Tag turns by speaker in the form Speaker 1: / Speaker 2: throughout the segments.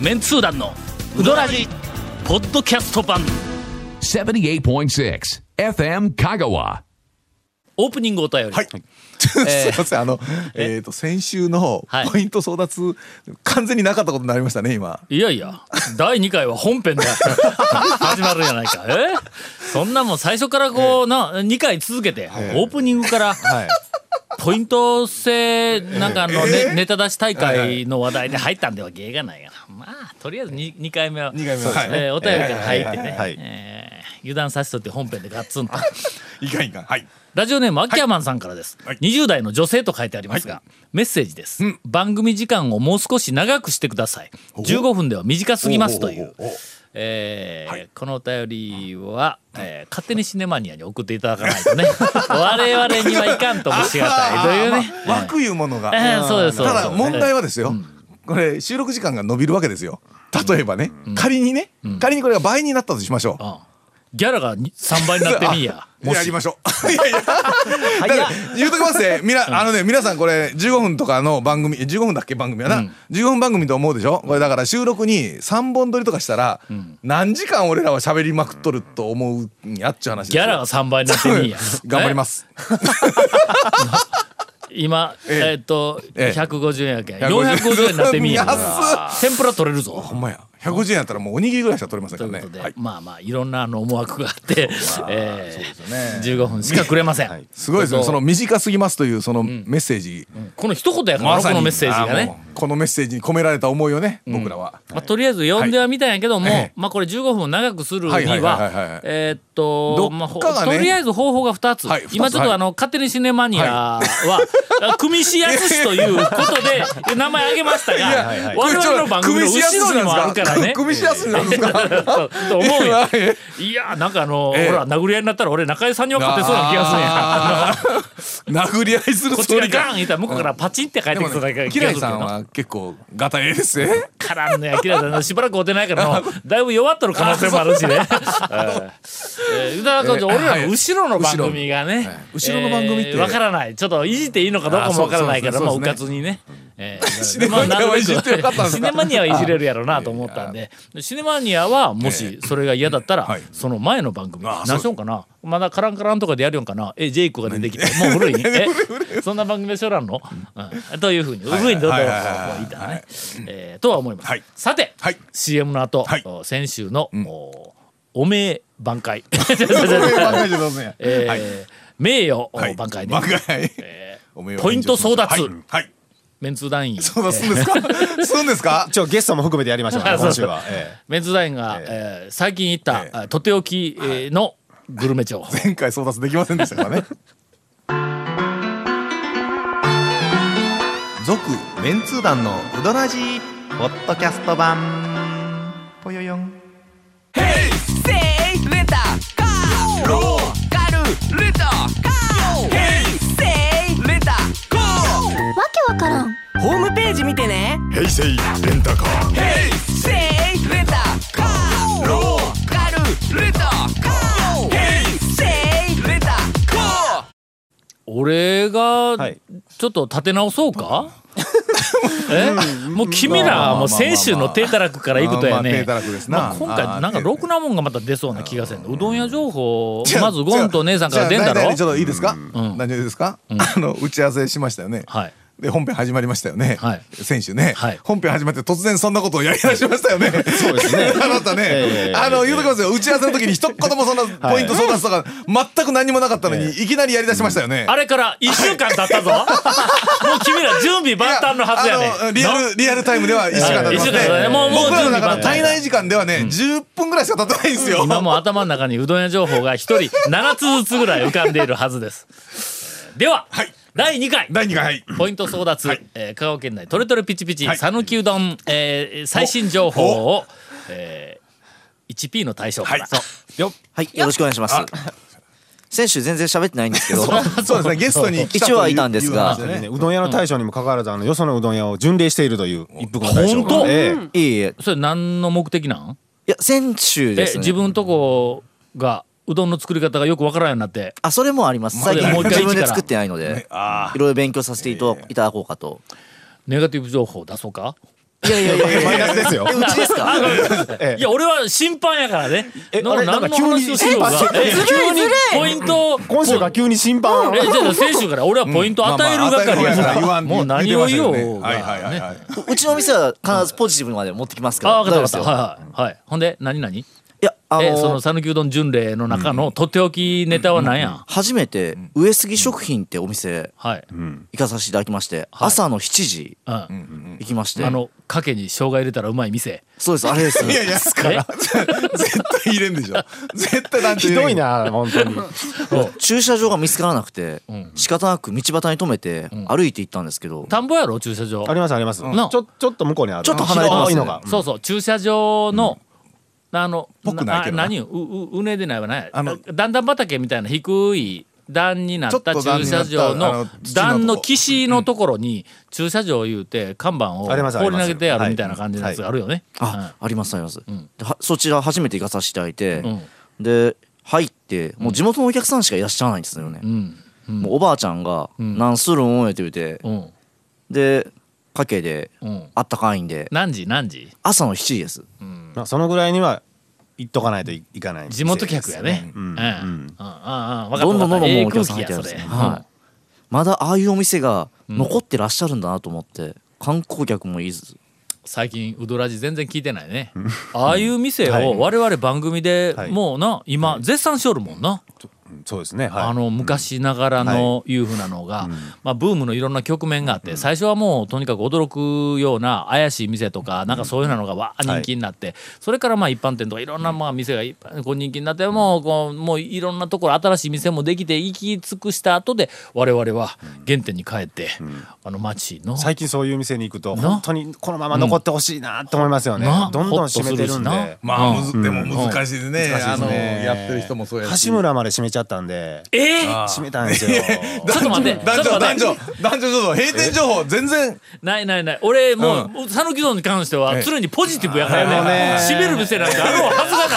Speaker 1: メンツー団のウドラジポッドキャスト版
Speaker 2: 78.6 FM Kagawa.
Speaker 1: オープニングお便り、
Speaker 3: はい。 すいません、あの、えっと、先週の
Speaker 1: はい
Speaker 3: ポイント争奪、完全になかったことになりましたね、今。
Speaker 1: いやいや第2回は本編で 始まるじゃないかえそんなもん最初からこうな2回続けて
Speaker 3: ええ
Speaker 1: オープニングから
Speaker 3: はい。
Speaker 1: ポイント制なんかあのねネタ出し大
Speaker 3: はいは
Speaker 1: 会の話題で入ったんでは芸がないがなまあとりあえず 2, 二回目は
Speaker 3: 二回目
Speaker 1: そ
Speaker 3: は
Speaker 1: うですね
Speaker 3: はい
Speaker 1: お便りから入ってね
Speaker 3: はい
Speaker 1: えー油断させとって本編でガッツンと。
Speaker 3: いかんいかん。はい。
Speaker 1: ラジオネームアキヤマンさんからです、
Speaker 3: はい
Speaker 1: 20代の女性と書いてありますが、メッセージです、番組時間をもう少し長くしてください15分では短すぎますという
Speaker 3: おおおお
Speaker 1: えー
Speaker 3: はい
Speaker 1: このお便りは、えー勝手にシネマニアに送っていただかないとね 我々にはいかんともしがたいというね
Speaker 3: まあ枠いうものが。
Speaker 1: ええそうですそうで
Speaker 3: た
Speaker 1: す
Speaker 3: だ、問題はですよ。これ、収録時間が伸びるわけですよ。例えばね、仮にね、仮にこれが倍になったとしましょう。
Speaker 1: うんギャラが3倍になってみんや
Speaker 3: やりましょ う。いやいや。だから言うときますね。みな、あのね、皆さんこれ15分とかの番組、え15分だっけ番組やな。15分番組と思うでしょこれだから収録に3本撮りとかしたら、何時間俺らは喋りまくっとると思うんやっちゅう話です
Speaker 1: ギ
Speaker 3: よ。
Speaker 1: ャラが3倍になってみ んや
Speaker 3: 頑張ります。
Speaker 1: 今え
Speaker 3: ええ
Speaker 1: ーっと、
Speaker 3: ええ
Speaker 1: 150円やけん
Speaker 3: 150
Speaker 1: 450円になってみんや
Speaker 3: 安
Speaker 1: 天ぷら取れるぞ
Speaker 3: ほんまや。150円やったらもうおにぎりぐらいしか取れません
Speaker 1: と
Speaker 3: か
Speaker 1: いうこ
Speaker 3: ら
Speaker 1: とで、
Speaker 3: ね。はい。
Speaker 1: まあまあいろんなあの思惑があ って、えー15分しかくれません、
Speaker 3: すごいですね。その短すぎますというそのメッセージ。
Speaker 1: この一言やからな、このメッセージが
Speaker 3: あーも
Speaker 1: ね、
Speaker 3: うこのメッセージに込められた思いをね、僕らは。
Speaker 1: まあ、とりあえず読んではみたんやけども、
Speaker 3: はいええ
Speaker 1: まあ、これ15分を長くするに
Speaker 3: はいはいはいはい
Speaker 1: は
Speaker 3: は
Speaker 1: いえーっと、まあ、
Speaker 3: ど
Speaker 1: ほ
Speaker 3: っかが
Speaker 1: と
Speaker 3: ね
Speaker 1: りあえず方法が2つ、
Speaker 3: はい二つ
Speaker 1: 今ちょっとあの、勝手にシネマニアは、 組石康ということで名前挙げましたが、我々の番組の
Speaker 3: 組みしやすい
Speaker 1: 後ろにもあるからね。
Speaker 3: 組みしやすい なんですか。。
Speaker 1: とと思うよ
Speaker 3: え
Speaker 1: いやなんかあの、
Speaker 3: ええ
Speaker 1: ほら殴り合いになったら俺中井 さんには勝てそうな気がするんや。
Speaker 3: 殴り合いす る
Speaker 1: こっ
Speaker 3: つ
Speaker 1: ち
Speaker 3: も
Speaker 1: が
Speaker 3: り
Speaker 1: ガ
Speaker 3: か。
Speaker 1: ーンいったら向こうからパチンって返っ
Speaker 3: で
Speaker 1: てき
Speaker 3: も
Speaker 1: そうだけ
Speaker 3: ね、
Speaker 1: ど
Speaker 3: キライさんは結構ガタええですね。
Speaker 1: からんのやキライさんしばらくおてないからもうだいぶ弱っとる可能性もあるしねえーえーだから
Speaker 3: えー
Speaker 1: 俺ら
Speaker 3: はい
Speaker 1: の後ろの番組がね
Speaker 3: 後ろはい後ろの番組って
Speaker 1: えーわからないちょっといじっていいのかどうかもわからないから
Speaker 3: あー
Speaker 1: まあ
Speaker 3: そうう
Speaker 1: か
Speaker 3: そう
Speaker 1: つにねえー
Speaker 3: シネマニアはいじってよかったんですか
Speaker 1: シネマニアはいじれるやろうなと思ったんでシネマニアはもしそれが嫌だったら
Speaker 3: はい
Speaker 1: その前の番組
Speaker 3: あー
Speaker 1: 何しようかなまだカランカランとかでやるんかなえジェイクが出てきてもう古いえそんな番組でしょらんのうんというふうに古いにどんどん
Speaker 3: は
Speaker 1: も
Speaker 3: いう
Speaker 1: い
Speaker 3: はいはい
Speaker 1: いだ
Speaker 3: はい
Speaker 1: ねえーとは思います
Speaker 3: はい
Speaker 1: さて、
Speaker 3: はい
Speaker 1: CM の後、
Speaker 3: はい
Speaker 1: お先週の、おおめえ挽回 えー名誉
Speaker 3: はい
Speaker 1: 挽回ね、
Speaker 3: 挽回おめえは
Speaker 1: ポイント争奪
Speaker 3: はいはい。
Speaker 1: メンツー団員
Speaker 3: そうだすんですか。すんですか。
Speaker 4: 一応ゲストも含めてやりましょう、ね、
Speaker 1: そう
Speaker 4: 今週は、え
Speaker 1: メンツー団員が、えー最近行った、
Speaker 3: え
Speaker 1: あとっておき、えーのグルメ情報
Speaker 3: 前回争奪できませんでしたからね。
Speaker 4: え、続メンツー団のウドラジーポッドキャスト版ぽよよん
Speaker 5: セイレタカーローカルレタカーヘイセイレタカー
Speaker 6: わけわからん
Speaker 5: ホームページ見てね
Speaker 7: 平成レンタカー
Speaker 5: ヘイセイレタカーローカルレタカーヘイセイレタカー
Speaker 1: 俺が、
Speaker 4: はい
Speaker 1: ちょっと立て直そう かえもう君らはもう先週の手たらくからいくとや
Speaker 3: まあま
Speaker 1: ね
Speaker 3: あ手たらくですな
Speaker 1: まあ今
Speaker 3: あ
Speaker 1: 回
Speaker 3: ー
Speaker 1: なんかろくなもんがまた出そうな気がせんのうどん屋情報まずゴンと姉さんから出んだ
Speaker 3: じゃあじゃあ大体
Speaker 1: ろ
Speaker 3: ねちょっといいですか。何をですか。あの打ち合わせしましたよね。
Speaker 1: はい
Speaker 3: で本編始まりましたよね、
Speaker 1: はい
Speaker 3: 先週ね、
Speaker 1: はい
Speaker 3: 本編始まって突然そんなことをやりだしましたよねそうですね あなたね、
Speaker 4: ええ
Speaker 3: あの言うときますよ打ち合わせの時に一言もそんなポイント争奪とか全く何もなかったのに、いきなりやりだしましたよね、
Speaker 1: あれから1週間経ったぞもう君ら準備万端のはずやね
Speaker 3: いあのリアルリアルタイムでは1時間経ってます
Speaker 1: 一週間
Speaker 3: ね、
Speaker 1: 経ってますねもうもう
Speaker 3: 僕らの
Speaker 1: 準備
Speaker 3: 中
Speaker 1: 万端
Speaker 3: の体内時間ではね、10分ぐらいしか経ってないんですよ
Speaker 1: 今も頭の中にうどん屋情報が1人7つずつぐらい浮かんでいるはずですえーでは、
Speaker 3: はい
Speaker 1: 第2回
Speaker 3: 第2 回はい
Speaker 1: ポイント争奪、えー香川県内トレトレピチピチ
Speaker 3: はい
Speaker 1: 讃岐、うどん、えー最新情報を、えー 1P の対象から、
Speaker 3: はい
Speaker 1: そうよ
Speaker 8: はい、よろしくお願いします。選手全然喋ってないんですけど、
Speaker 3: そうですねゲストに来たと
Speaker 8: 一応はいたんです
Speaker 3: い
Speaker 8: が
Speaker 3: う話でね
Speaker 4: うどん屋の大将にもかかわらずあのよそのうどん屋を巡礼しているという一服の大将
Speaker 1: 本当
Speaker 4: ええ
Speaker 8: いえいえ、
Speaker 1: それ何の目的なん
Speaker 8: いや、選手
Speaker 1: え
Speaker 8: ですね。
Speaker 1: 自分とこがうどんの作り方がよくわからんようになって
Speaker 8: あ、それもあります。
Speaker 1: まあ
Speaker 8: 最近
Speaker 1: もう一回
Speaker 8: 自分
Speaker 1: 一から
Speaker 8: で作ってないので、いろいろ勉強させていただこうかと。
Speaker 1: ネガティブ情報を出そうか
Speaker 8: いやいやいやいや
Speaker 4: マイナスですよ
Speaker 8: えうちですか
Speaker 1: あごめんなさ
Speaker 4: え
Speaker 1: いいや俺は審判やからね
Speaker 4: え
Speaker 1: な
Speaker 4: あれ
Speaker 1: 何
Speaker 4: な
Speaker 1: の
Speaker 4: んか急に
Speaker 1: 話をしようが
Speaker 4: 審判
Speaker 1: え
Speaker 4: して
Speaker 1: 急にポイントを
Speaker 4: 今週が急に審判
Speaker 1: えじゃあ選手から俺はポイント与える
Speaker 3: まあ
Speaker 1: 係
Speaker 3: まあ与える
Speaker 1: や
Speaker 3: 係言
Speaker 1: か
Speaker 3: わ
Speaker 1: ら
Speaker 3: ん
Speaker 1: もう何を言お
Speaker 3: 言って
Speaker 1: う
Speaker 3: ましたよねはいはいはい
Speaker 1: が
Speaker 3: はい。
Speaker 8: うちの店は必ずポジティブまで持ってきますから
Speaker 1: あ分かった分かっ
Speaker 8: 大丈
Speaker 1: た
Speaker 8: 夫ですよ
Speaker 1: はいはいはいほんで何何
Speaker 8: いやあ
Speaker 1: えその
Speaker 8: の
Speaker 1: 讃岐うどん巡礼の中のとっておきネタは何や
Speaker 8: 初めて上杉食品ってお店
Speaker 1: はい
Speaker 8: 行かさせていただきまして
Speaker 1: はい
Speaker 8: 朝の7時
Speaker 1: うん
Speaker 8: 行きまして
Speaker 1: あのかけに生姜入れたらうまい店
Speaker 8: そうですあれです
Speaker 3: いやい
Speaker 1: え
Speaker 3: や、絶対入れんでしょ。絶対団地
Speaker 4: ひ
Speaker 3: 入れん
Speaker 4: どい。な本当に
Speaker 8: 駐車場が見つからなくて
Speaker 1: ん
Speaker 8: 仕方なく道端に止めて歩いて行ったんですけど
Speaker 1: 田んぼやろ駐車場
Speaker 4: ありますありますち
Speaker 1: な
Speaker 4: ょちょっと向こうにある
Speaker 8: ちょっと離れてます
Speaker 4: 広い
Speaker 8: ね
Speaker 4: のが
Speaker 1: そうそう駐車場の、あの
Speaker 3: ぽくないけどな
Speaker 1: あ何うううねでないわね
Speaker 3: あの
Speaker 1: だんだん畑みたいな低い段になっ
Speaker 3: ちょ
Speaker 1: た
Speaker 3: っと段
Speaker 1: 駐
Speaker 3: に
Speaker 1: 車
Speaker 3: なった
Speaker 1: 場
Speaker 3: あ
Speaker 1: の
Speaker 3: の土のとこ
Speaker 1: 段の岸のところに駐車場を言うて看板を
Speaker 4: ありますあり
Speaker 1: 放り
Speaker 4: ます
Speaker 1: 投げてやるみたいな感じのやつがあるよね。
Speaker 8: あありますあります
Speaker 1: ん
Speaker 8: ではそちら初めて行かさせていただいて
Speaker 1: うん
Speaker 8: で入ってもう地元のお客さんしかいらっしゃらないんですよね
Speaker 1: うんうん
Speaker 8: もうおばあちゃんが「
Speaker 1: ん
Speaker 8: 何するん?」って言うて
Speaker 1: うん
Speaker 8: でかけで
Speaker 1: うん
Speaker 8: あったかいんで
Speaker 1: 何時何時
Speaker 8: 朝の7時です
Speaker 4: まあそのぐらいには行っとかないといいかない
Speaker 1: 地元客やね。うんうんうんうん分かった
Speaker 8: どんどんどんどん
Speaker 1: ええ
Speaker 8: もうお
Speaker 1: 空
Speaker 8: 客さん
Speaker 1: 気
Speaker 8: 入って
Speaker 1: や
Speaker 8: るん
Speaker 1: そ
Speaker 8: です
Speaker 1: れ。
Speaker 8: ねはいまだああいうお店が残ってらっしゃるんだなと思って観光客もいず
Speaker 1: 最近ウドラジ全然聞いてないねああいう店を我々番組で
Speaker 4: はい
Speaker 1: もうな今絶賛しおるもんな、
Speaker 4: そうですね
Speaker 1: あ
Speaker 4: は
Speaker 1: の昔ながらのいうふうなのが、まあ、ブームのいろんな局面があって、最初はもうとにかく驚くような怪しい店とか、なんかそういうなのがわあ人気になって、それからまあ一般店とかいろんなまあ店がいっぱいこう人気になってもうこうもういろんなところ新しい店もできて行き尽くした後で我々は原点に帰って、あの街の
Speaker 4: い最近そういう店に行くと
Speaker 1: な
Speaker 4: 本当にこのまま残ってほしいなと思いますよね
Speaker 1: な
Speaker 4: どんどん閉めてるん
Speaker 1: ほっとする
Speaker 4: で
Speaker 1: し
Speaker 3: まあ、むずでも難しいですね。
Speaker 4: 難しいで
Speaker 3: あ
Speaker 4: す
Speaker 3: の、
Speaker 4: ね
Speaker 3: やってる人もそうやし。
Speaker 4: 橋村まで閉めちゃったんで
Speaker 1: えー
Speaker 4: 閉めたんですよ
Speaker 1: ちょっと待って、ちょ
Speaker 3: 男
Speaker 1: っと
Speaker 3: 女、
Speaker 1: 待
Speaker 3: 男
Speaker 1: って。
Speaker 3: 女、男女ちょっと閉店情報全然。
Speaker 1: ないないない。俺もう、讃岐うどんに関しては
Speaker 3: ええ
Speaker 1: 常にポジティブやからね
Speaker 4: あ。れ
Speaker 1: 閉
Speaker 4: もね
Speaker 1: める店なんてあるは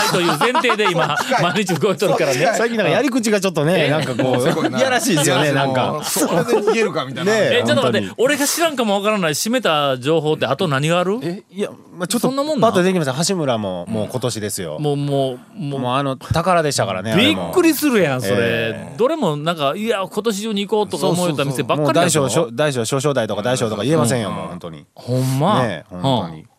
Speaker 1: ずがないという前提で今、毎日動いとるからね。
Speaker 4: 最近なんかやり口がちょっとねなんかこういやらしいですよねなんか
Speaker 3: それで逃げるかみたいな。
Speaker 4: ね
Speaker 1: え、ちょっと待って
Speaker 4: 本、
Speaker 1: 俺が知らんかもわからない閉めた情報ってあと何がある
Speaker 4: えいやまあちょっと
Speaker 1: そんなもんな
Speaker 4: パッとできました橋村ももう今年ですよ
Speaker 1: もう、もう、も
Speaker 4: もうあの宝でしたからね
Speaker 1: う、びっく
Speaker 4: り
Speaker 1: りするやん、そ
Speaker 4: え
Speaker 1: れ。どれもなんか、いや、今年中に行こうとか思うよった店ばっ
Speaker 4: も
Speaker 1: か
Speaker 4: う
Speaker 1: りや
Speaker 4: 大
Speaker 1: ぞ
Speaker 4: 小小大小小小大とか大小とか言えませんよもう本当に
Speaker 1: ほんま。
Speaker 4: ねえ本当
Speaker 1: う
Speaker 4: に
Speaker 1: ん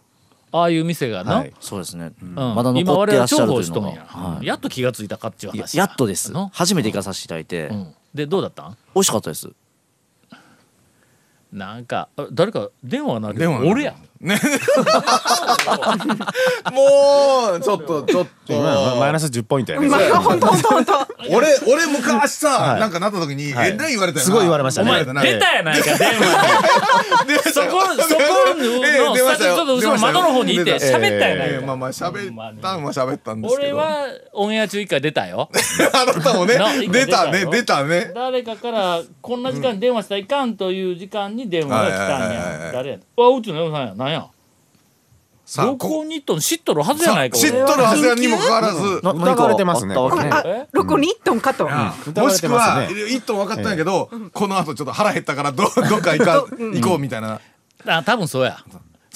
Speaker 1: ああいう店がな
Speaker 4: はい。
Speaker 8: そうですね
Speaker 1: うん
Speaker 8: まだ残ってらっしゃると
Speaker 1: 今我々は重宝
Speaker 8: いうの
Speaker 1: しとんや
Speaker 8: は
Speaker 1: うん
Speaker 8: い
Speaker 1: やっと気がついたかっちゅう
Speaker 8: いや
Speaker 1: 話
Speaker 8: やっとです
Speaker 1: の
Speaker 8: 初めて行かさせていただいて
Speaker 1: うんでどうだったん
Speaker 8: 美味しかったです
Speaker 1: なんかあ誰か電話なるけ
Speaker 3: 電
Speaker 1: ど
Speaker 3: 話鳴る
Speaker 1: 俺やん
Speaker 3: もう、ちょっと、ちょっと。
Speaker 4: 今のマイナス10ポイントやね
Speaker 3: 俺、俺昔さ、なんかなった時に、えらい言われたよな。
Speaker 4: すごい言われました
Speaker 1: お
Speaker 4: ね
Speaker 1: 前
Speaker 3: 言われ
Speaker 1: 出たやないか電話
Speaker 3: 出
Speaker 1: そこそこの
Speaker 3: 出ましたよ
Speaker 1: ちょっと後ろの窓の方にいて
Speaker 3: 出ましたよ
Speaker 1: 喋ったやないか
Speaker 3: ええまあまあ喋ったんは喋ったんですけ
Speaker 1: 俺
Speaker 3: ど
Speaker 1: はオンエア中一回出たよ
Speaker 3: あなたもね
Speaker 1: な一個
Speaker 3: 出た
Speaker 1: 出た
Speaker 3: ね
Speaker 1: よ
Speaker 3: 出たね
Speaker 1: 誰かからこんな時間に電話したらいかんという時間に電話が来たん
Speaker 3: はいはいはいは
Speaker 1: や
Speaker 3: い
Speaker 1: 誰やわうちの嫁さんやなんや
Speaker 3: さあ
Speaker 1: どこに行っとんの知っとるはずや
Speaker 3: さ
Speaker 1: ない
Speaker 3: あ
Speaker 1: か
Speaker 3: 知っとるはずやにもかかわらず
Speaker 8: な
Speaker 4: 疑われてますね
Speaker 8: 何かあったわけ
Speaker 1: え
Speaker 6: ロコに1トンかと。
Speaker 4: 疑
Speaker 3: も
Speaker 4: われ
Speaker 3: してく
Speaker 4: ますね
Speaker 3: は一トン分かったんやけどこの後ちょっと腹減ったからど どっか行か行こうみたいな
Speaker 1: あ多分そうや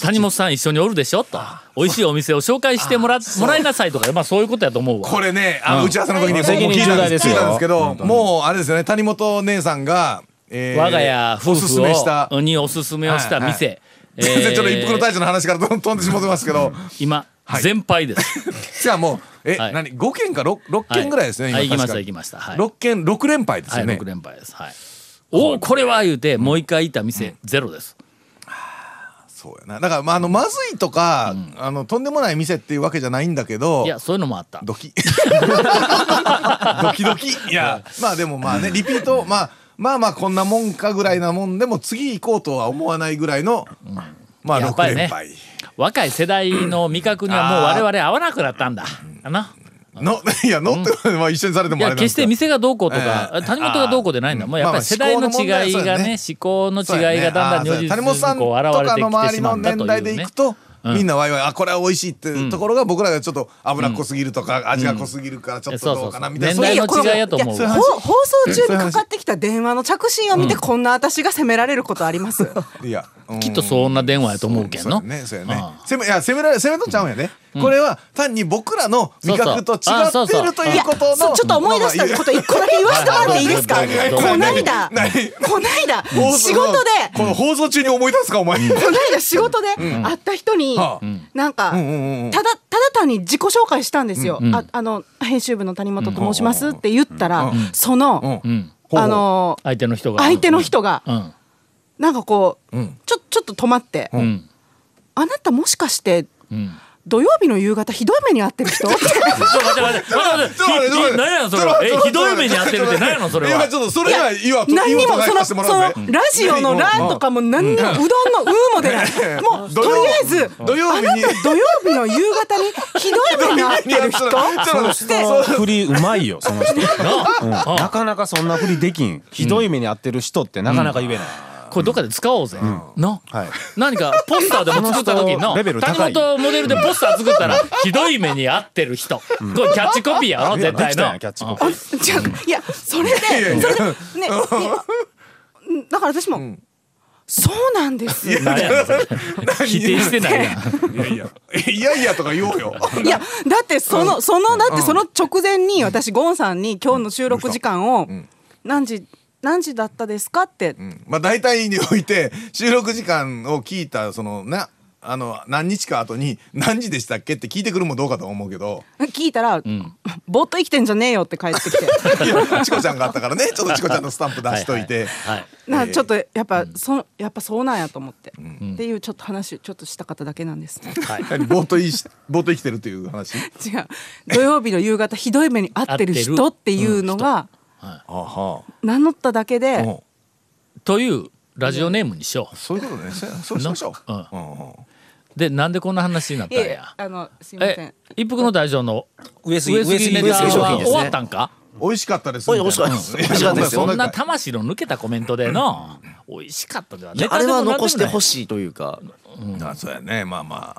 Speaker 1: 谷本さん一緒におるでしょと美味しいお店を紹介してもらもらいなさいとかまあそういうことやと思うわ
Speaker 3: これねあの打ち合わせの時に僕
Speaker 4: 責
Speaker 3: も聞
Speaker 4: 任
Speaker 3: いた
Speaker 4: 重
Speaker 3: ん
Speaker 4: 大
Speaker 3: で
Speaker 4: ですす
Speaker 3: 聞
Speaker 4: よ
Speaker 3: いたんですけどもうあれですよね谷本姉さんがえー
Speaker 1: 我が家夫
Speaker 3: おすす
Speaker 1: 婦
Speaker 3: めした
Speaker 1: をにおすすめをした店
Speaker 3: 全然ちょっと
Speaker 1: えー
Speaker 3: 一服の大将の話からどんどん飛んでしまってますけど
Speaker 1: 今
Speaker 3: はい
Speaker 1: 全敗 です
Speaker 3: じゃあもうえ
Speaker 1: はい
Speaker 3: 何5件か 6, 六
Speaker 1: はい
Speaker 3: 件ぐらいですね
Speaker 1: はい行き
Speaker 3: 今
Speaker 1: まし
Speaker 3: 確
Speaker 1: た
Speaker 3: か
Speaker 1: 行きましたはい
Speaker 3: 6件6連敗です
Speaker 1: はい
Speaker 3: よね
Speaker 1: 6連敗ですはいおおこれは言うてもう一回いた店ゼロです
Speaker 3: そうやなだからまああのまずいとかあのとんでもない店っていうわけじゃないんだけど
Speaker 1: いやそういうのもあった
Speaker 3: ドキドキドキいやまあでもまあねリピートまあまあまあこんなもんかぐらいなもんでも次行こうとは思わないぐらいの、まあ
Speaker 1: やっぱ
Speaker 3: 6
Speaker 1: りね
Speaker 3: 連敗
Speaker 1: 若い世代の味覚にはもう我々合わなくなったんだな
Speaker 3: の いやのって、まあ一緒にされて
Speaker 1: い
Speaker 3: もあれ
Speaker 1: や
Speaker 3: なんで
Speaker 1: 決
Speaker 3: す
Speaker 1: して
Speaker 3: けど
Speaker 1: 店がどうこうとか
Speaker 3: ええ
Speaker 1: 谷本がどうこうでないんだもうやっぱり世
Speaker 3: まあま
Speaker 1: 代
Speaker 3: あ
Speaker 1: の違い
Speaker 3: 思考の問題
Speaker 1: が
Speaker 3: は
Speaker 1: ね思考の違いがだんだん
Speaker 3: そ
Speaker 1: 如
Speaker 3: うやね
Speaker 1: 実
Speaker 3: 谷本さ
Speaker 1: に
Speaker 3: ん
Speaker 1: ことう現れ
Speaker 3: か
Speaker 1: てき
Speaker 3: の
Speaker 1: て
Speaker 3: 周
Speaker 1: し
Speaker 3: り
Speaker 1: ま
Speaker 3: の
Speaker 1: った
Speaker 3: 年
Speaker 1: と
Speaker 3: 代
Speaker 1: い
Speaker 3: で
Speaker 1: う
Speaker 3: い
Speaker 1: ね
Speaker 3: くとみんなワイワイあこれは美味しいってところが僕らがちょっと脂っこすぎるとか味が濃すぎるからちょっとどうかなみたい
Speaker 1: そう
Speaker 3: な
Speaker 1: そうそう
Speaker 3: そういう
Speaker 1: 年代の違いやと思う
Speaker 3: そういう
Speaker 6: ほ
Speaker 3: 話
Speaker 6: 放送中にかかってきた電話の着信を見てこんな私が責められることあ ります
Speaker 3: いやうん
Speaker 1: きっとそんな電話やと思うけん
Speaker 3: そうや
Speaker 1: の。
Speaker 3: ねそうやね
Speaker 1: あ
Speaker 3: 攻めいや攻められ攻めとっちゃうんやね、これは単に僕らの味覚と違
Speaker 1: そうそうあそう
Speaker 3: って
Speaker 1: そ
Speaker 3: る
Speaker 1: う
Speaker 3: と
Speaker 6: い
Speaker 3: い
Speaker 6: や
Speaker 3: うことの
Speaker 6: そうちょっと思い出したこと一個だけ言わせてもらっていいですか
Speaker 1: はいはいはい
Speaker 6: こないだ
Speaker 3: 何何
Speaker 6: こないだ仕事で
Speaker 3: この放送中に思い出すかお前、
Speaker 6: この間仕事で会った人に、
Speaker 3: はあ
Speaker 6: なんか、
Speaker 3: んうんうん
Speaker 6: ただただ単に自己紹介したんですよ、ああの編集部の谷本と申しますって言ったら、その、
Speaker 3: うん
Speaker 1: うん。
Speaker 3: ほうほう
Speaker 6: あの
Speaker 1: 相手の人が。
Speaker 6: 相手の。人が、
Speaker 1: うん。
Speaker 6: なんかこう、
Speaker 3: ん
Speaker 6: ちょちょっと止まって、
Speaker 1: ん
Speaker 6: あなたもしかして
Speaker 1: うん。
Speaker 6: 土曜日の夕方ひどい目に遭ってる人
Speaker 1: ちょっと待って待って待って
Speaker 3: ちょっと待
Speaker 1: 待
Speaker 3: っ
Speaker 1: ってて
Speaker 3: ちょっと待っ
Speaker 1: ひ。
Speaker 3: て
Speaker 1: 何やのそ
Speaker 3: ち
Speaker 1: れ
Speaker 3: ょっ
Speaker 1: は。
Speaker 3: と待
Speaker 1: え
Speaker 3: て
Speaker 1: ひどい目に遭ってるって何やのそれは。
Speaker 3: 今ちょっとそれはいいわ
Speaker 6: 何にも
Speaker 3: 今と返
Speaker 6: その
Speaker 3: して
Speaker 6: そ
Speaker 3: も
Speaker 6: の
Speaker 3: らうぜ
Speaker 6: ラジオの「ラ」とかも何にもうどんの「う」も出ないもうとりあえず
Speaker 3: 土曜日に
Speaker 6: 土曜日の夕方にひどい目に遭ってる人
Speaker 3: ちょっと
Speaker 9: その
Speaker 3: 待っ
Speaker 9: 人
Speaker 3: て
Speaker 9: の振りうまいよその人、うん
Speaker 1: あ
Speaker 9: なかなかそんな振りできんひどい目に遭ってる人ってなかなか言えない、
Speaker 1: これどっかで使おうぜ。の。
Speaker 9: はい
Speaker 1: 何かポスターでも作った時
Speaker 9: この
Speaker 1: の
Speaker 9: 人レベル
Speaker 1: 谷
Speaker 9: 高い
Speaker 1: 本モデルでポスター作ったらひどい目に遭ってる人。これキャッチコピーやろ絶対
Speaker 9: できたん
Speaker 1: の
Speaker 9: や。キャッチコピー
Speaker 6: ちょいやそれでそれでねねうんだから私も、そうなんですよ
Speaker 1: 何やのそれ否定してないやん。
Speaker 3: いやいやいやいやとか言おうよ
Speaker 6: いやだってその、そのだってその直前に私ゴンさんに今日の収録時間を何時何時だったですかって、
Speaker 3: まあ大体において収録時間を聞いたそのなあの何日か後に何時でしたっけって聞いてくるもどうかと思うけど
Speaker 6: 聞いたら、 ぼーっと生きてんじゃねえよって返ってきて
Speaker 3: い やチコちゃんがあったからねちょっとチコちゃんのスタンプ出しといて
Speaker 1: はい。
Speaker 6: なんかちょっとやっぱ、そのやっぱそうなんやと思って、っていうちょっと話ちょっとしたかっただけなんです
Speaker 3: 何ぼーっといいしぼーっと生きてるっていう話
Speaker 6: 違う土曜日の夕方ひどい目に遭ってる人っていうのが
Speaker 3: あは
Speaker 6: 名乗っただけで、
Speaker 3: うん
Speaker 1: というラジオネームにしよ
Speaker 3: そういうことねそそうしましょう、
Speaker 1: う。う。
Speaker 3: うんんうん
Speaker 1: でなんでこんな話になった
Speaker 6: い
Speaker 1: ん
Speaker 6: えいえ
Speaker 1: や。
Speaker 6: あのすいませ
Speaker 1: え
Speaker 6: ん。
Speaker 1: 一服の大将の
Speaker 8: 上
Speaker 1: 上杉ネタ
Speaker 8: 上杉商品
Speaker 1: は
Speaker 8: で
Speaker 1: 終
Speaker 8: す
Speaker 1: わ
Speaker 8: ね
Speaker 1: ったんか。
Speaker 3: 美味しかったです
Speaker 8: おい美味しかったです美味しかったですよ
Speaker 1: そんな魂の抜けたコメントでの美味しかったではネ
Speaker 8: あ
Speaker 1: タで
Speaker 8: れ
Speaker 1: も
Speaker 8: は
Speaker 1: 何でもない
Speaker 8: 残してほしいというか
Speaker 3: うんあそうやねまあま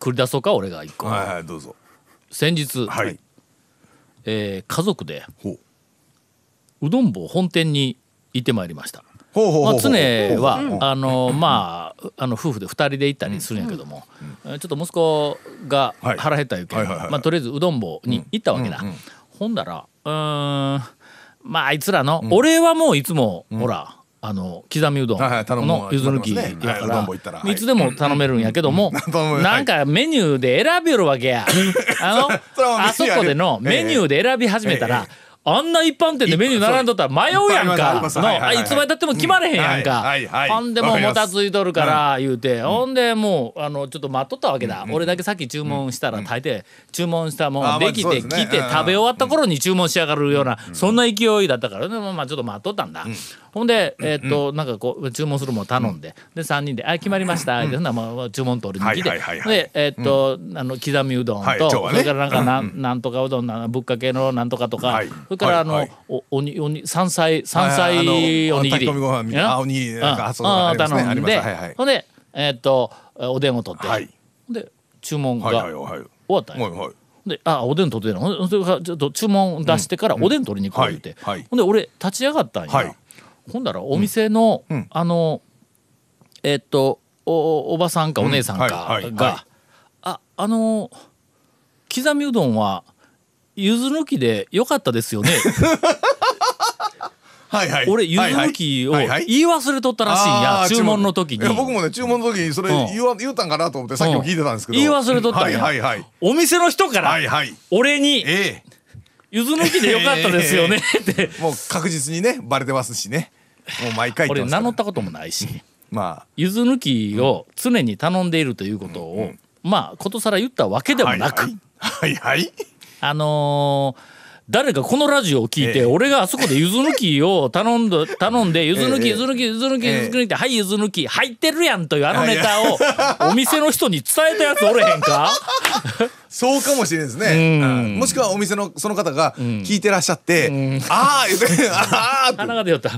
Speaker 1: 繰り出そうか俺が一
Speaker 3: あ
Speaker 1: 個、
Speaker 3: はいはいどうぞ
Speaker 1: 先日、
Speaker 3: はい
Speaker 1: えー家族で
Speaker 3: ほう
Speaker 1: うどん坊本店に行ってまいりました
Speaker 3: ほうほう
Speaker 1: ま
Speaker 3: ほう
Speaker 1: あ、常は、
Speaker 3: ほうほう
Speaker 1: あのまああの夫婦で2人で行ったりするんやけども、えーちょっと息子が
Speaker 3: はい
Speaker 1: 腹減ったいうけん、
Speaker 3: はいはいはい
Speaker 1: まあ、とりあえずうどん坊に行ったわけだ、ほんだらうーんまああいつらの、俺はもういつも、ほらあの刻みうどん
Speaker 3: はいはい頼む
Speaker 1: の柚子抜き
Speaker 3: 頼みますね
Speaker 1: や
Speaker 3: は
Speaker 1: か
Speaker 3: いうどん
Speaker 1: ら
Speaker 3: 坊行ったらはい
Speaker 1: いつでも頼めるんやけども、
Speaker 3: 頼む
Speaker 1: なんかメニューで選べるわけ やあの
Speaker 3: それはもう
Speaker 1: あそこでのメニューで選び始めたら、
Speaker 3: え
Speaker 1: あんな一般店でメニュー並んどったら迷うやん
Speaker 3: いっぱいあり
Speaker 1: か
Speaker 3: ますはい
Speaker 1: の
Speaker 3: は
Speaker 1: あ
Speaker 3: いは
Speaker 1: い
Speaker 3: い
Speaker 1: つまでたっても決まれへんやんか、
Speaker 3: うんはいはいはい
Speaker 1: ほんでも
Speaker 3: わ
Speaker 1: う
Speaker 3: かりま
Speaker 1: も
Speaker 3: す
Speaker 1: たついとるから言うて、ほんでもうあのちょっと待っとったわけだ、俺だけさっき注文したら大抵注文したも
Speaker 3: あ
Speaker 1: ん
Speaker 3: まあ
Speaker 1: でき
Speaker 3: そう
Speaker 1: て
Speaker 3: です
Speaker 1: き
Speaker 3: ね
Speaker 1: て食べ
Speaker 3: うん
Speaker 1: 終わった頃に注文しやがるような、そんな勢いだったからねまあちょっと待っとったんだ、ほんでえーっとなんかこう注文するもん頼んで、で3人で「あ決まりました」ってほんならまあまあ注文取りに来て、
Speaker 3: はいはいはいはい
Speaker 1: でえーっと、あの刻みうどんと、
Speaker 3: はい今日はね
Speaker 1: それからなんかなん,、なんとかうどんなぶっかけのなんとかとか、
Speaker 3: はい
Speaker 1: それからあの、
Speaker 3: はいはい
Speaker 1: おおにおに山菜山菜おにぎり
Speaker 3: 炊き込みご飯みたいな
Speaker 1: や
Speaker 3: あおにぎりなんか
Speaker 1: うん
Speaker 3: そうありますね
Speaker 1: 頼
Speaker 3: あり
Speaker 1: ん
Speaker 3: ます
Speaker 1: で、
Speaker 3: はいはい
Speaker 1: ほんでえーっとおでんを取って、
Speaker 3: はい
Speaker 1: ほんで注文が
Speaker 3: はいはい
Speaker 1: 終
Speaker 3: はいはい
Speaker 1: わったんや
Speaker 3: はいはい
Speaker 1: で「あおでん取ってな」ほんでそれからちょっと注文出してからおでん取りに来いって、
Speaker 3: はいはい
Speaker 1: ほんで俺立ち上がったんや、
Speaker 3: はい
Speaker 1: ほんだらお店の、
Speaker 3: ん
Speaker 1: あのえっとおおばさんかお姉さんかが、
Speaker 3: はいはいはい
Speaker 1: ああの刻みうどんはゆず抜きでよかったですよね
Speaker 3: はいはい
Speaker 1: 俺ゆず抜きを
Speaker 3: は
Speaker 1: 言
Speaker 3: い
Speaker 1: い
Speaker 3: はい
Speaker 1: 忘れとったらしいんや、
Speaker 3: あー
Speaker 1: 注文の時
Speaker 3: いや
Speaker 1: に。
Speaker 3: 僕もね注文の時にそれ
Speaker 1: うん
Speaker 3: 言わ、言うたんかなと思ってさっきも聞いてたんですけど、
Speaker 1: 言い忘れとったんや、
Speaker 3: はいはいはい
Speaker 1: お店の人から、
Speaker 3: はいはい
Speaker 1: 俺に
Speaker 3: ええ
Speaker 1: 「ゆず抜きでよかったですよね」って
Speaker 3: もう確実にねバレてますしねもう毎回言っ
Speaker 1: 俺
Speaker 3: てますか
Speaker 1: 名
Speaker 3: ら
Speaker 1: 乗ったこともないし
Speaker 3: ま
Speaker 1: ゆず抜きを常に頼んでいるということを、まあことさら言ったわけで
Speaker 3: あ
Speaker 1: も
Speaker 3: はいは
Speaker 1: なく、
Speaker 3: いはいはい
Speaker 1: あのー誰かこのラジオを聞いて、俺があそこでゆず抜きを頼んだ頼んでゆず抜きゆず抜きゆず抜きゆず抜きって「はいゆず抜き入ってるやん」というあのネタをお店の人に伝えたやつおれへんか
Speaker 3: そうかもしれないですね、うんもしくはお店のその方が聞いてらっしゃって、ああ言うてああ
Speaker 1: 鼻が出よった。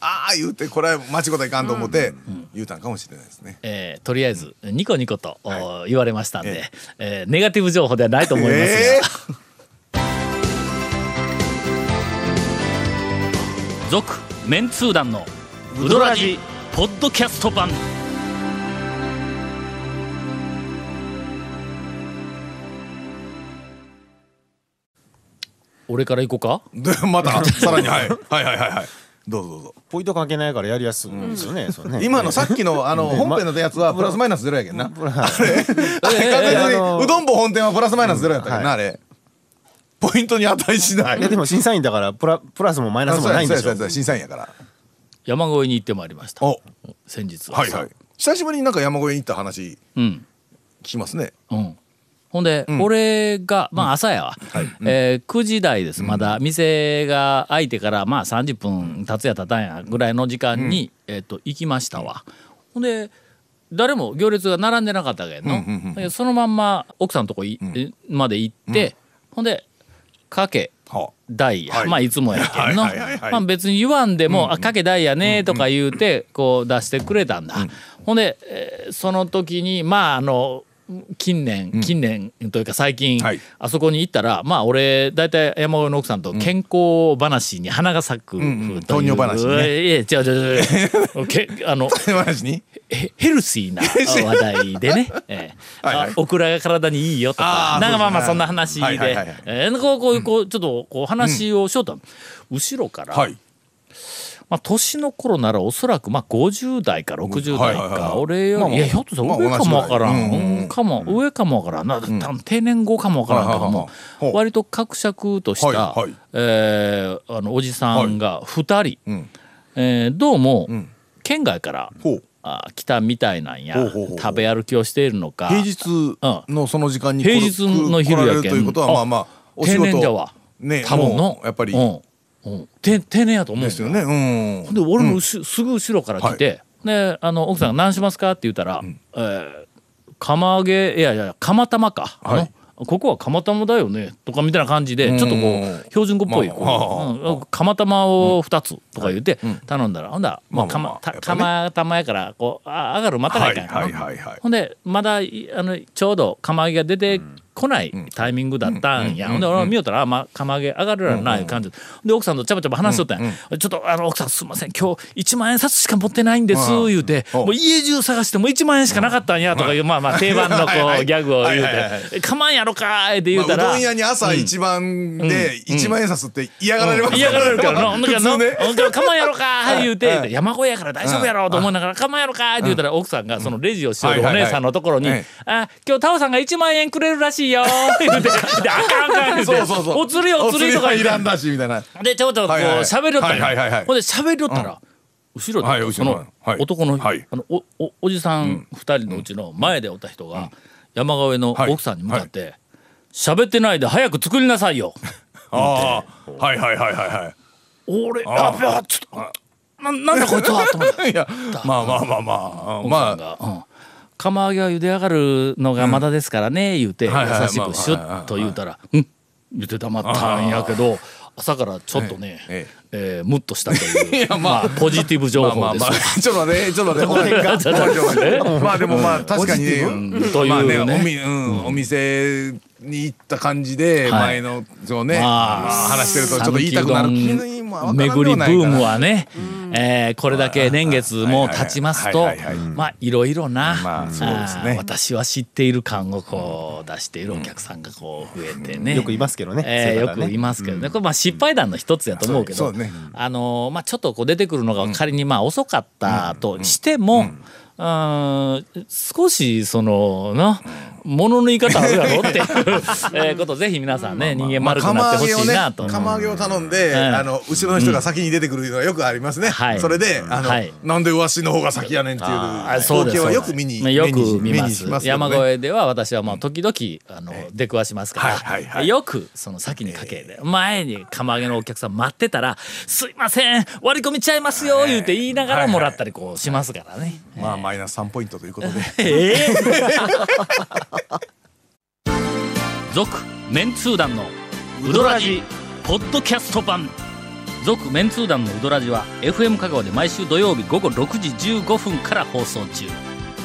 Speaker 3: ああ言うてこれは間違ったらいかんと思って言うたんかもしれないですね。
Speaker 1: えーとりあえずニコニコと、お言われましたんで、えーネガティブ情報ではないと思いますが、
Speaker 3: え
Speaker 1: 続メンツー団のウドラジポッドキャスト版俺から行こうか
Speaker 3: ーでまたさらに、はい、はいはいはいはいどうぞどうぞ。
Speaker 9: ポイント関係ないからやりやすいんですよね。そうね
Speaker 3: 今のさっきのあの本編のやつはプラスマイナスゼロやけんな。あれ、あれ確 実
Speaker 9: あの
Speaker 3: にうどんぼ本店はプラスマイナスゼロやったけどなあれ。ポイントに値しない。
Speaker 9: いやでも審査員だからプラプラスもマイナスもないんでし
Speaker 3: そう
Speaker 9: ょ
Speaker 3: やそうやそうや審査員やから。
Speaker 1: 山越えに行ってまいりました
Speaker 3: お、
Speaker 1: 先日
Speaker 3: はいはい。久しぶりになんか山越えに行った話
Speaker 1: うん
Speaker 3: 聞きますね。
Speaker 1: うん、ほんで、俺がまあ朝やわ、えー9時台ですまだ店が開いてからまあ30分経つや経たんやぐらいの時間に、えっと行きましたわ、ほんで誰も行列が並んでなかったけど、でそのまんま奥さんのとこい、まで行って、ほんでかけ
Speaker 3: はあ
Speaker 1: ダイヤ、
Speaker 3: はい
Speaker 1: まあいつもやけんの、
Speaker 3: はいはいはいはい
Speaker 1: まあ、別に言わんでも「あかけダイヤね」とか言うてこう出してくれたんだ、ほんで、えーその時にまああの近年近年というか最近、
Speaker 3: はい
Speaker 1: あそこに行ったらまあ俺大体山越の奥さんと健康話に花が咲くという、
Speaker 3: うん糖尿話ね
Speaker 1: いや違う違う違 うけあの
Speaker 3: 話に。
Speaker 1: ヘヘルシーな話題で ね、ええ
Speaker 3: はいはい
Speaker 1: あオクラが体にいいよとか
Speaker 3: あー
Speaker 1: なんかまあまあ
Speaker 3: そ
Speaker 1: そ
Speaker 3: うんで
Speaker 1: な
Speaker 3: す
Speaker 1: 話
Speaker 3: ねはいはい
Speaker 1: で
Speaker 3: はいはい
Speaker 1: えーこうこうこうちょっとこう話をしようと、後ろから、
Speaker 3: はい。
Speaker 1: まあ、年の頃ならおそらくまあ50代か60代
Speaker 3: はいはい
Speaker 1: か
Speaker 3: はい
Speaker 1: 俺より、
Speaker 3: まあ
Speaker 1: い
Speaker 3: まあ
Speaker 1: やひょっとしたら
Speaker 3: まあ
Speaker 1: 上かもわからん、
Speaker 3: 同じぐらいうんうんうん
Speaker 1: かも上かもわからんな、多分定年後かもわからんけど
Speaker 3: はいはいは
Speaker 1: も
Speaker 3: いほう
Speaker 1: 割と伯爵とした、
Speaker 3: はいはい
Speaker 1: えーあのおじさんが2人、
Speaker 3: うん。
Speaker 1: えーどうも
Speaker 3: ん
Speaker 1: 県外から
Speaker 3: ほう。
Speaker 1: あ来たみたいなんや
Speaker 3: ほうほうほう
Speaker 1: 食べ歩きをしているのか
Speaker 3: 平日のその時間に来
Speaker 1: 平
Speaker 3: る
Speaker 1: 日の昼やけん
Speaker 3: 来られるということはまあまあお仕
Speaker 1: 定年じゃ
Speaker 3: 事
Speaker 1: わ
Speaker 3: ね
Speaker 1: 多分
Speaker 3: も
Speaker 1: の
Speaker 3: うやっぱり
Speaker 1: うんうんて定年やと思うんだ
Speaker 3: ですよね。うん。
Speaker 1: ほんで俺のうしすぐ後ろから来て、であの奥さんが「何しますか?」って言ったら「えー釜揚げいやいや釜玉か、あの
Speaker 3: はい
Speaker 1: ここは釜玉だよね」とかみたいな感じでちょっとこ
Speaker 3: うん
Speaker 1: う標準語っぽい、
Speaker 3: まあ
Speaker 1: こううん釜玉を2つとか言って頼んだら、ほんだら、まあ
Speaker 3: まあま
Speaker 1: 釜
Speaker 3: あ
Speaker 1: た
Speaker 3: やっぱね
Speaker 1: 釜玉やからこうあ上がる待たないかんやな、
Speaker 3: はいはいはいはい
Speaker 1: ほんでまだいあのちょうど釜揚げが出てこないタイミングだったんや、ほんで俺は見よったら、あまあ、釜揚げ上がるやろないう感じでで奥さんとちゃばちゃば話しとったんや、ちょっとあの奥さんすいません今日1万円札しか持ってないんです言うて、もう家中探しても1万円しかなかったんやとかいう、まあまあ定番のこ
Speaker 3: はいは
Speaker 1: う
Speaker 3: い
Speaker 1: ギャグを言う
Speaker 3: はいはいはい
Speaker 1: て「かまんやろかーい」って言うた
Speaker 3: まあ
Speaker 1: ら、
Speaker 3: うどん屋に朝一番で一万円札って嫌がられます
Speaker 1: 嫌がられるから な。ほんだ
Speaker 3: 普
Speaker 1: からな、
Speaker 3: 通ね。
Speaker 1: ほんだからかまんやろ か言う
Speaker 3: は
Speaker 1: て、
Speaker 3: い
Speaker 1: 山小屋やから大丈夫やろと思いながら、かまんやろかって言うたら、奥さんがそのレジをしよる
Speaker 3: はい
Speaker 1: お
Speaker 3: はいはい
Speaker 1: 姉さんのところに
Speaker 3: はい、
Speaker 1: あ、今日タオさんが1万円くれるらしいよって 言うて、で、あかんあかん言う
Speaker 3: そうそう
Speaker 1: て、
Speaker 3: そう。
Speaker 1: お釣りお釣りとか
Speaker 3: お
Speaker 1: 言
Speaker 3: 釣りはいらん
Speaker 1: っ
Speaker 3: だしみたいな。
Speaker 1: て、で、ちょこちょここう
Speaker 3: はいはいはい
Speaker 1: 喋りよったん
Speaker 3: はいはいはいは
Speaker 1: や
Speaker 3: い
Speaker 1: ほんで喋りよったら、後
Speaker 3: はい
Speaker 1: ろで、
Speaker 3: 後ろ
Speaker 1: その
Speaker 3: はい
Speaker 1: 男の、
Speaker 3: はい
Speaker 1: あの、お、お、おじさん2人のうちの前でおった人が、山川の
Speaker 3: はい
Speaker 1: 奥さんに向かって、喋ってないで早く作りなさいよ。
Speaker 3: ああはいはいはいはいはい。
Speaker 1: 俺、あ、いやちょっと、ななんだこいつはと思って。
Speaker 3: いやまあまあまあまあまあ
Speaker 1: が、うん釜揚げは茹で上がるのがまだですからね、言うて優
Speaker 3: はいはい
Speaker 1: しくシュッと言うたら「うん言って黙ったんやけど朝からちょっとね
Speaker 3: え
Speaker 1: えームッとしたと いうまあポジティブ情
Speaker 3: ま
Speaker 1: 報
Speaker 3: あ
Speaker 1: で
Speaker 3: まあ
Speaker 1: す。
Speaker 3: ちょっと待ってちょ っと待って本編がまあでもまあ確かにね
Speaker 1: んというね
Speaker 3: まあおみうんお店に行った感じで
Speaker 1: はい
Speaker 3: 前のそうね
Speaker 1: まあ
Speaker 3: 話してるとちょっと言いたくなる
Speaker 1: 讃岐うどん
Speaker 3: 気にもわからんで
Speaker 1: 巡
Speaker 3: も
Speaker 1: りブ
Speaker 3: ないから
Speaker 1: ームはね、えーこれだけ年月も経ちますと
Speaker 3: はいはいはいはい
Speaker 1: まあいろいろな、
Speaker 3: まあそうですね
Speaker 1: あー私は知っている感をこう出しているお客さんがこう増えてね、
Speaker 9: よくいますけどね
Speaker 1: え
Speaker 9: そ
Speaker 1: ー
Speaker 9: ういう
Speaker 1: よ
Speaker 9: 方ね
Speaker 1: くいますけどね、これまあ失敗談の一つやと思うけど、
Speaker 3: そうそうね
Speaker 1: あのーまあ、ちょっとこう出てくるのが仮にまあ遅かったとしても、ああー少しそのなものの言い方あるやろ っていうえーことをぜひ皆さんね人間丸くなってほしいなと。
Speaker 3: 釜揚げを頼んで、
Speaker 1: ん
Speaker 3: あの後ろの人が先に出てくるのはよくありますね、
Speaker 1: はい
Speaker 3: それであの、
Speaker 1: はい
Speaker 3: なんでわしの方が先やねんっていう
Speaker 1: あそうで
Speaker 3: 光
Speaker 1: すそう
Speaker 3: 景は
Speaker 1: です
Speaker 3: よく見に
Speaker 1: まあよく見ま
Speaker 3: 目に
Speaker 1: す
Speaker 3: しますけどね
Speaker 1: 山越えでは私はもう時々あの出くわしますから、
Speaker 3: はいはいはい
Speaker 1: よくその先にかけて前に釜揚げのお客さん待ってたら「すいません割り込みちゃいますよ」言うて言いながらもらったりこうしますからね。
Speaker 3: まあマイナス3ポイントとい うことで
Speaker 1: ええ続メンツー団のウドラジポッドキャスト版続メンツー団のウドラジは FM 香川で毎週土曜日午後6時15分から放送中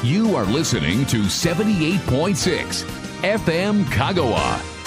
Speaker 2: You are listening to 78.6 FM Kagawa.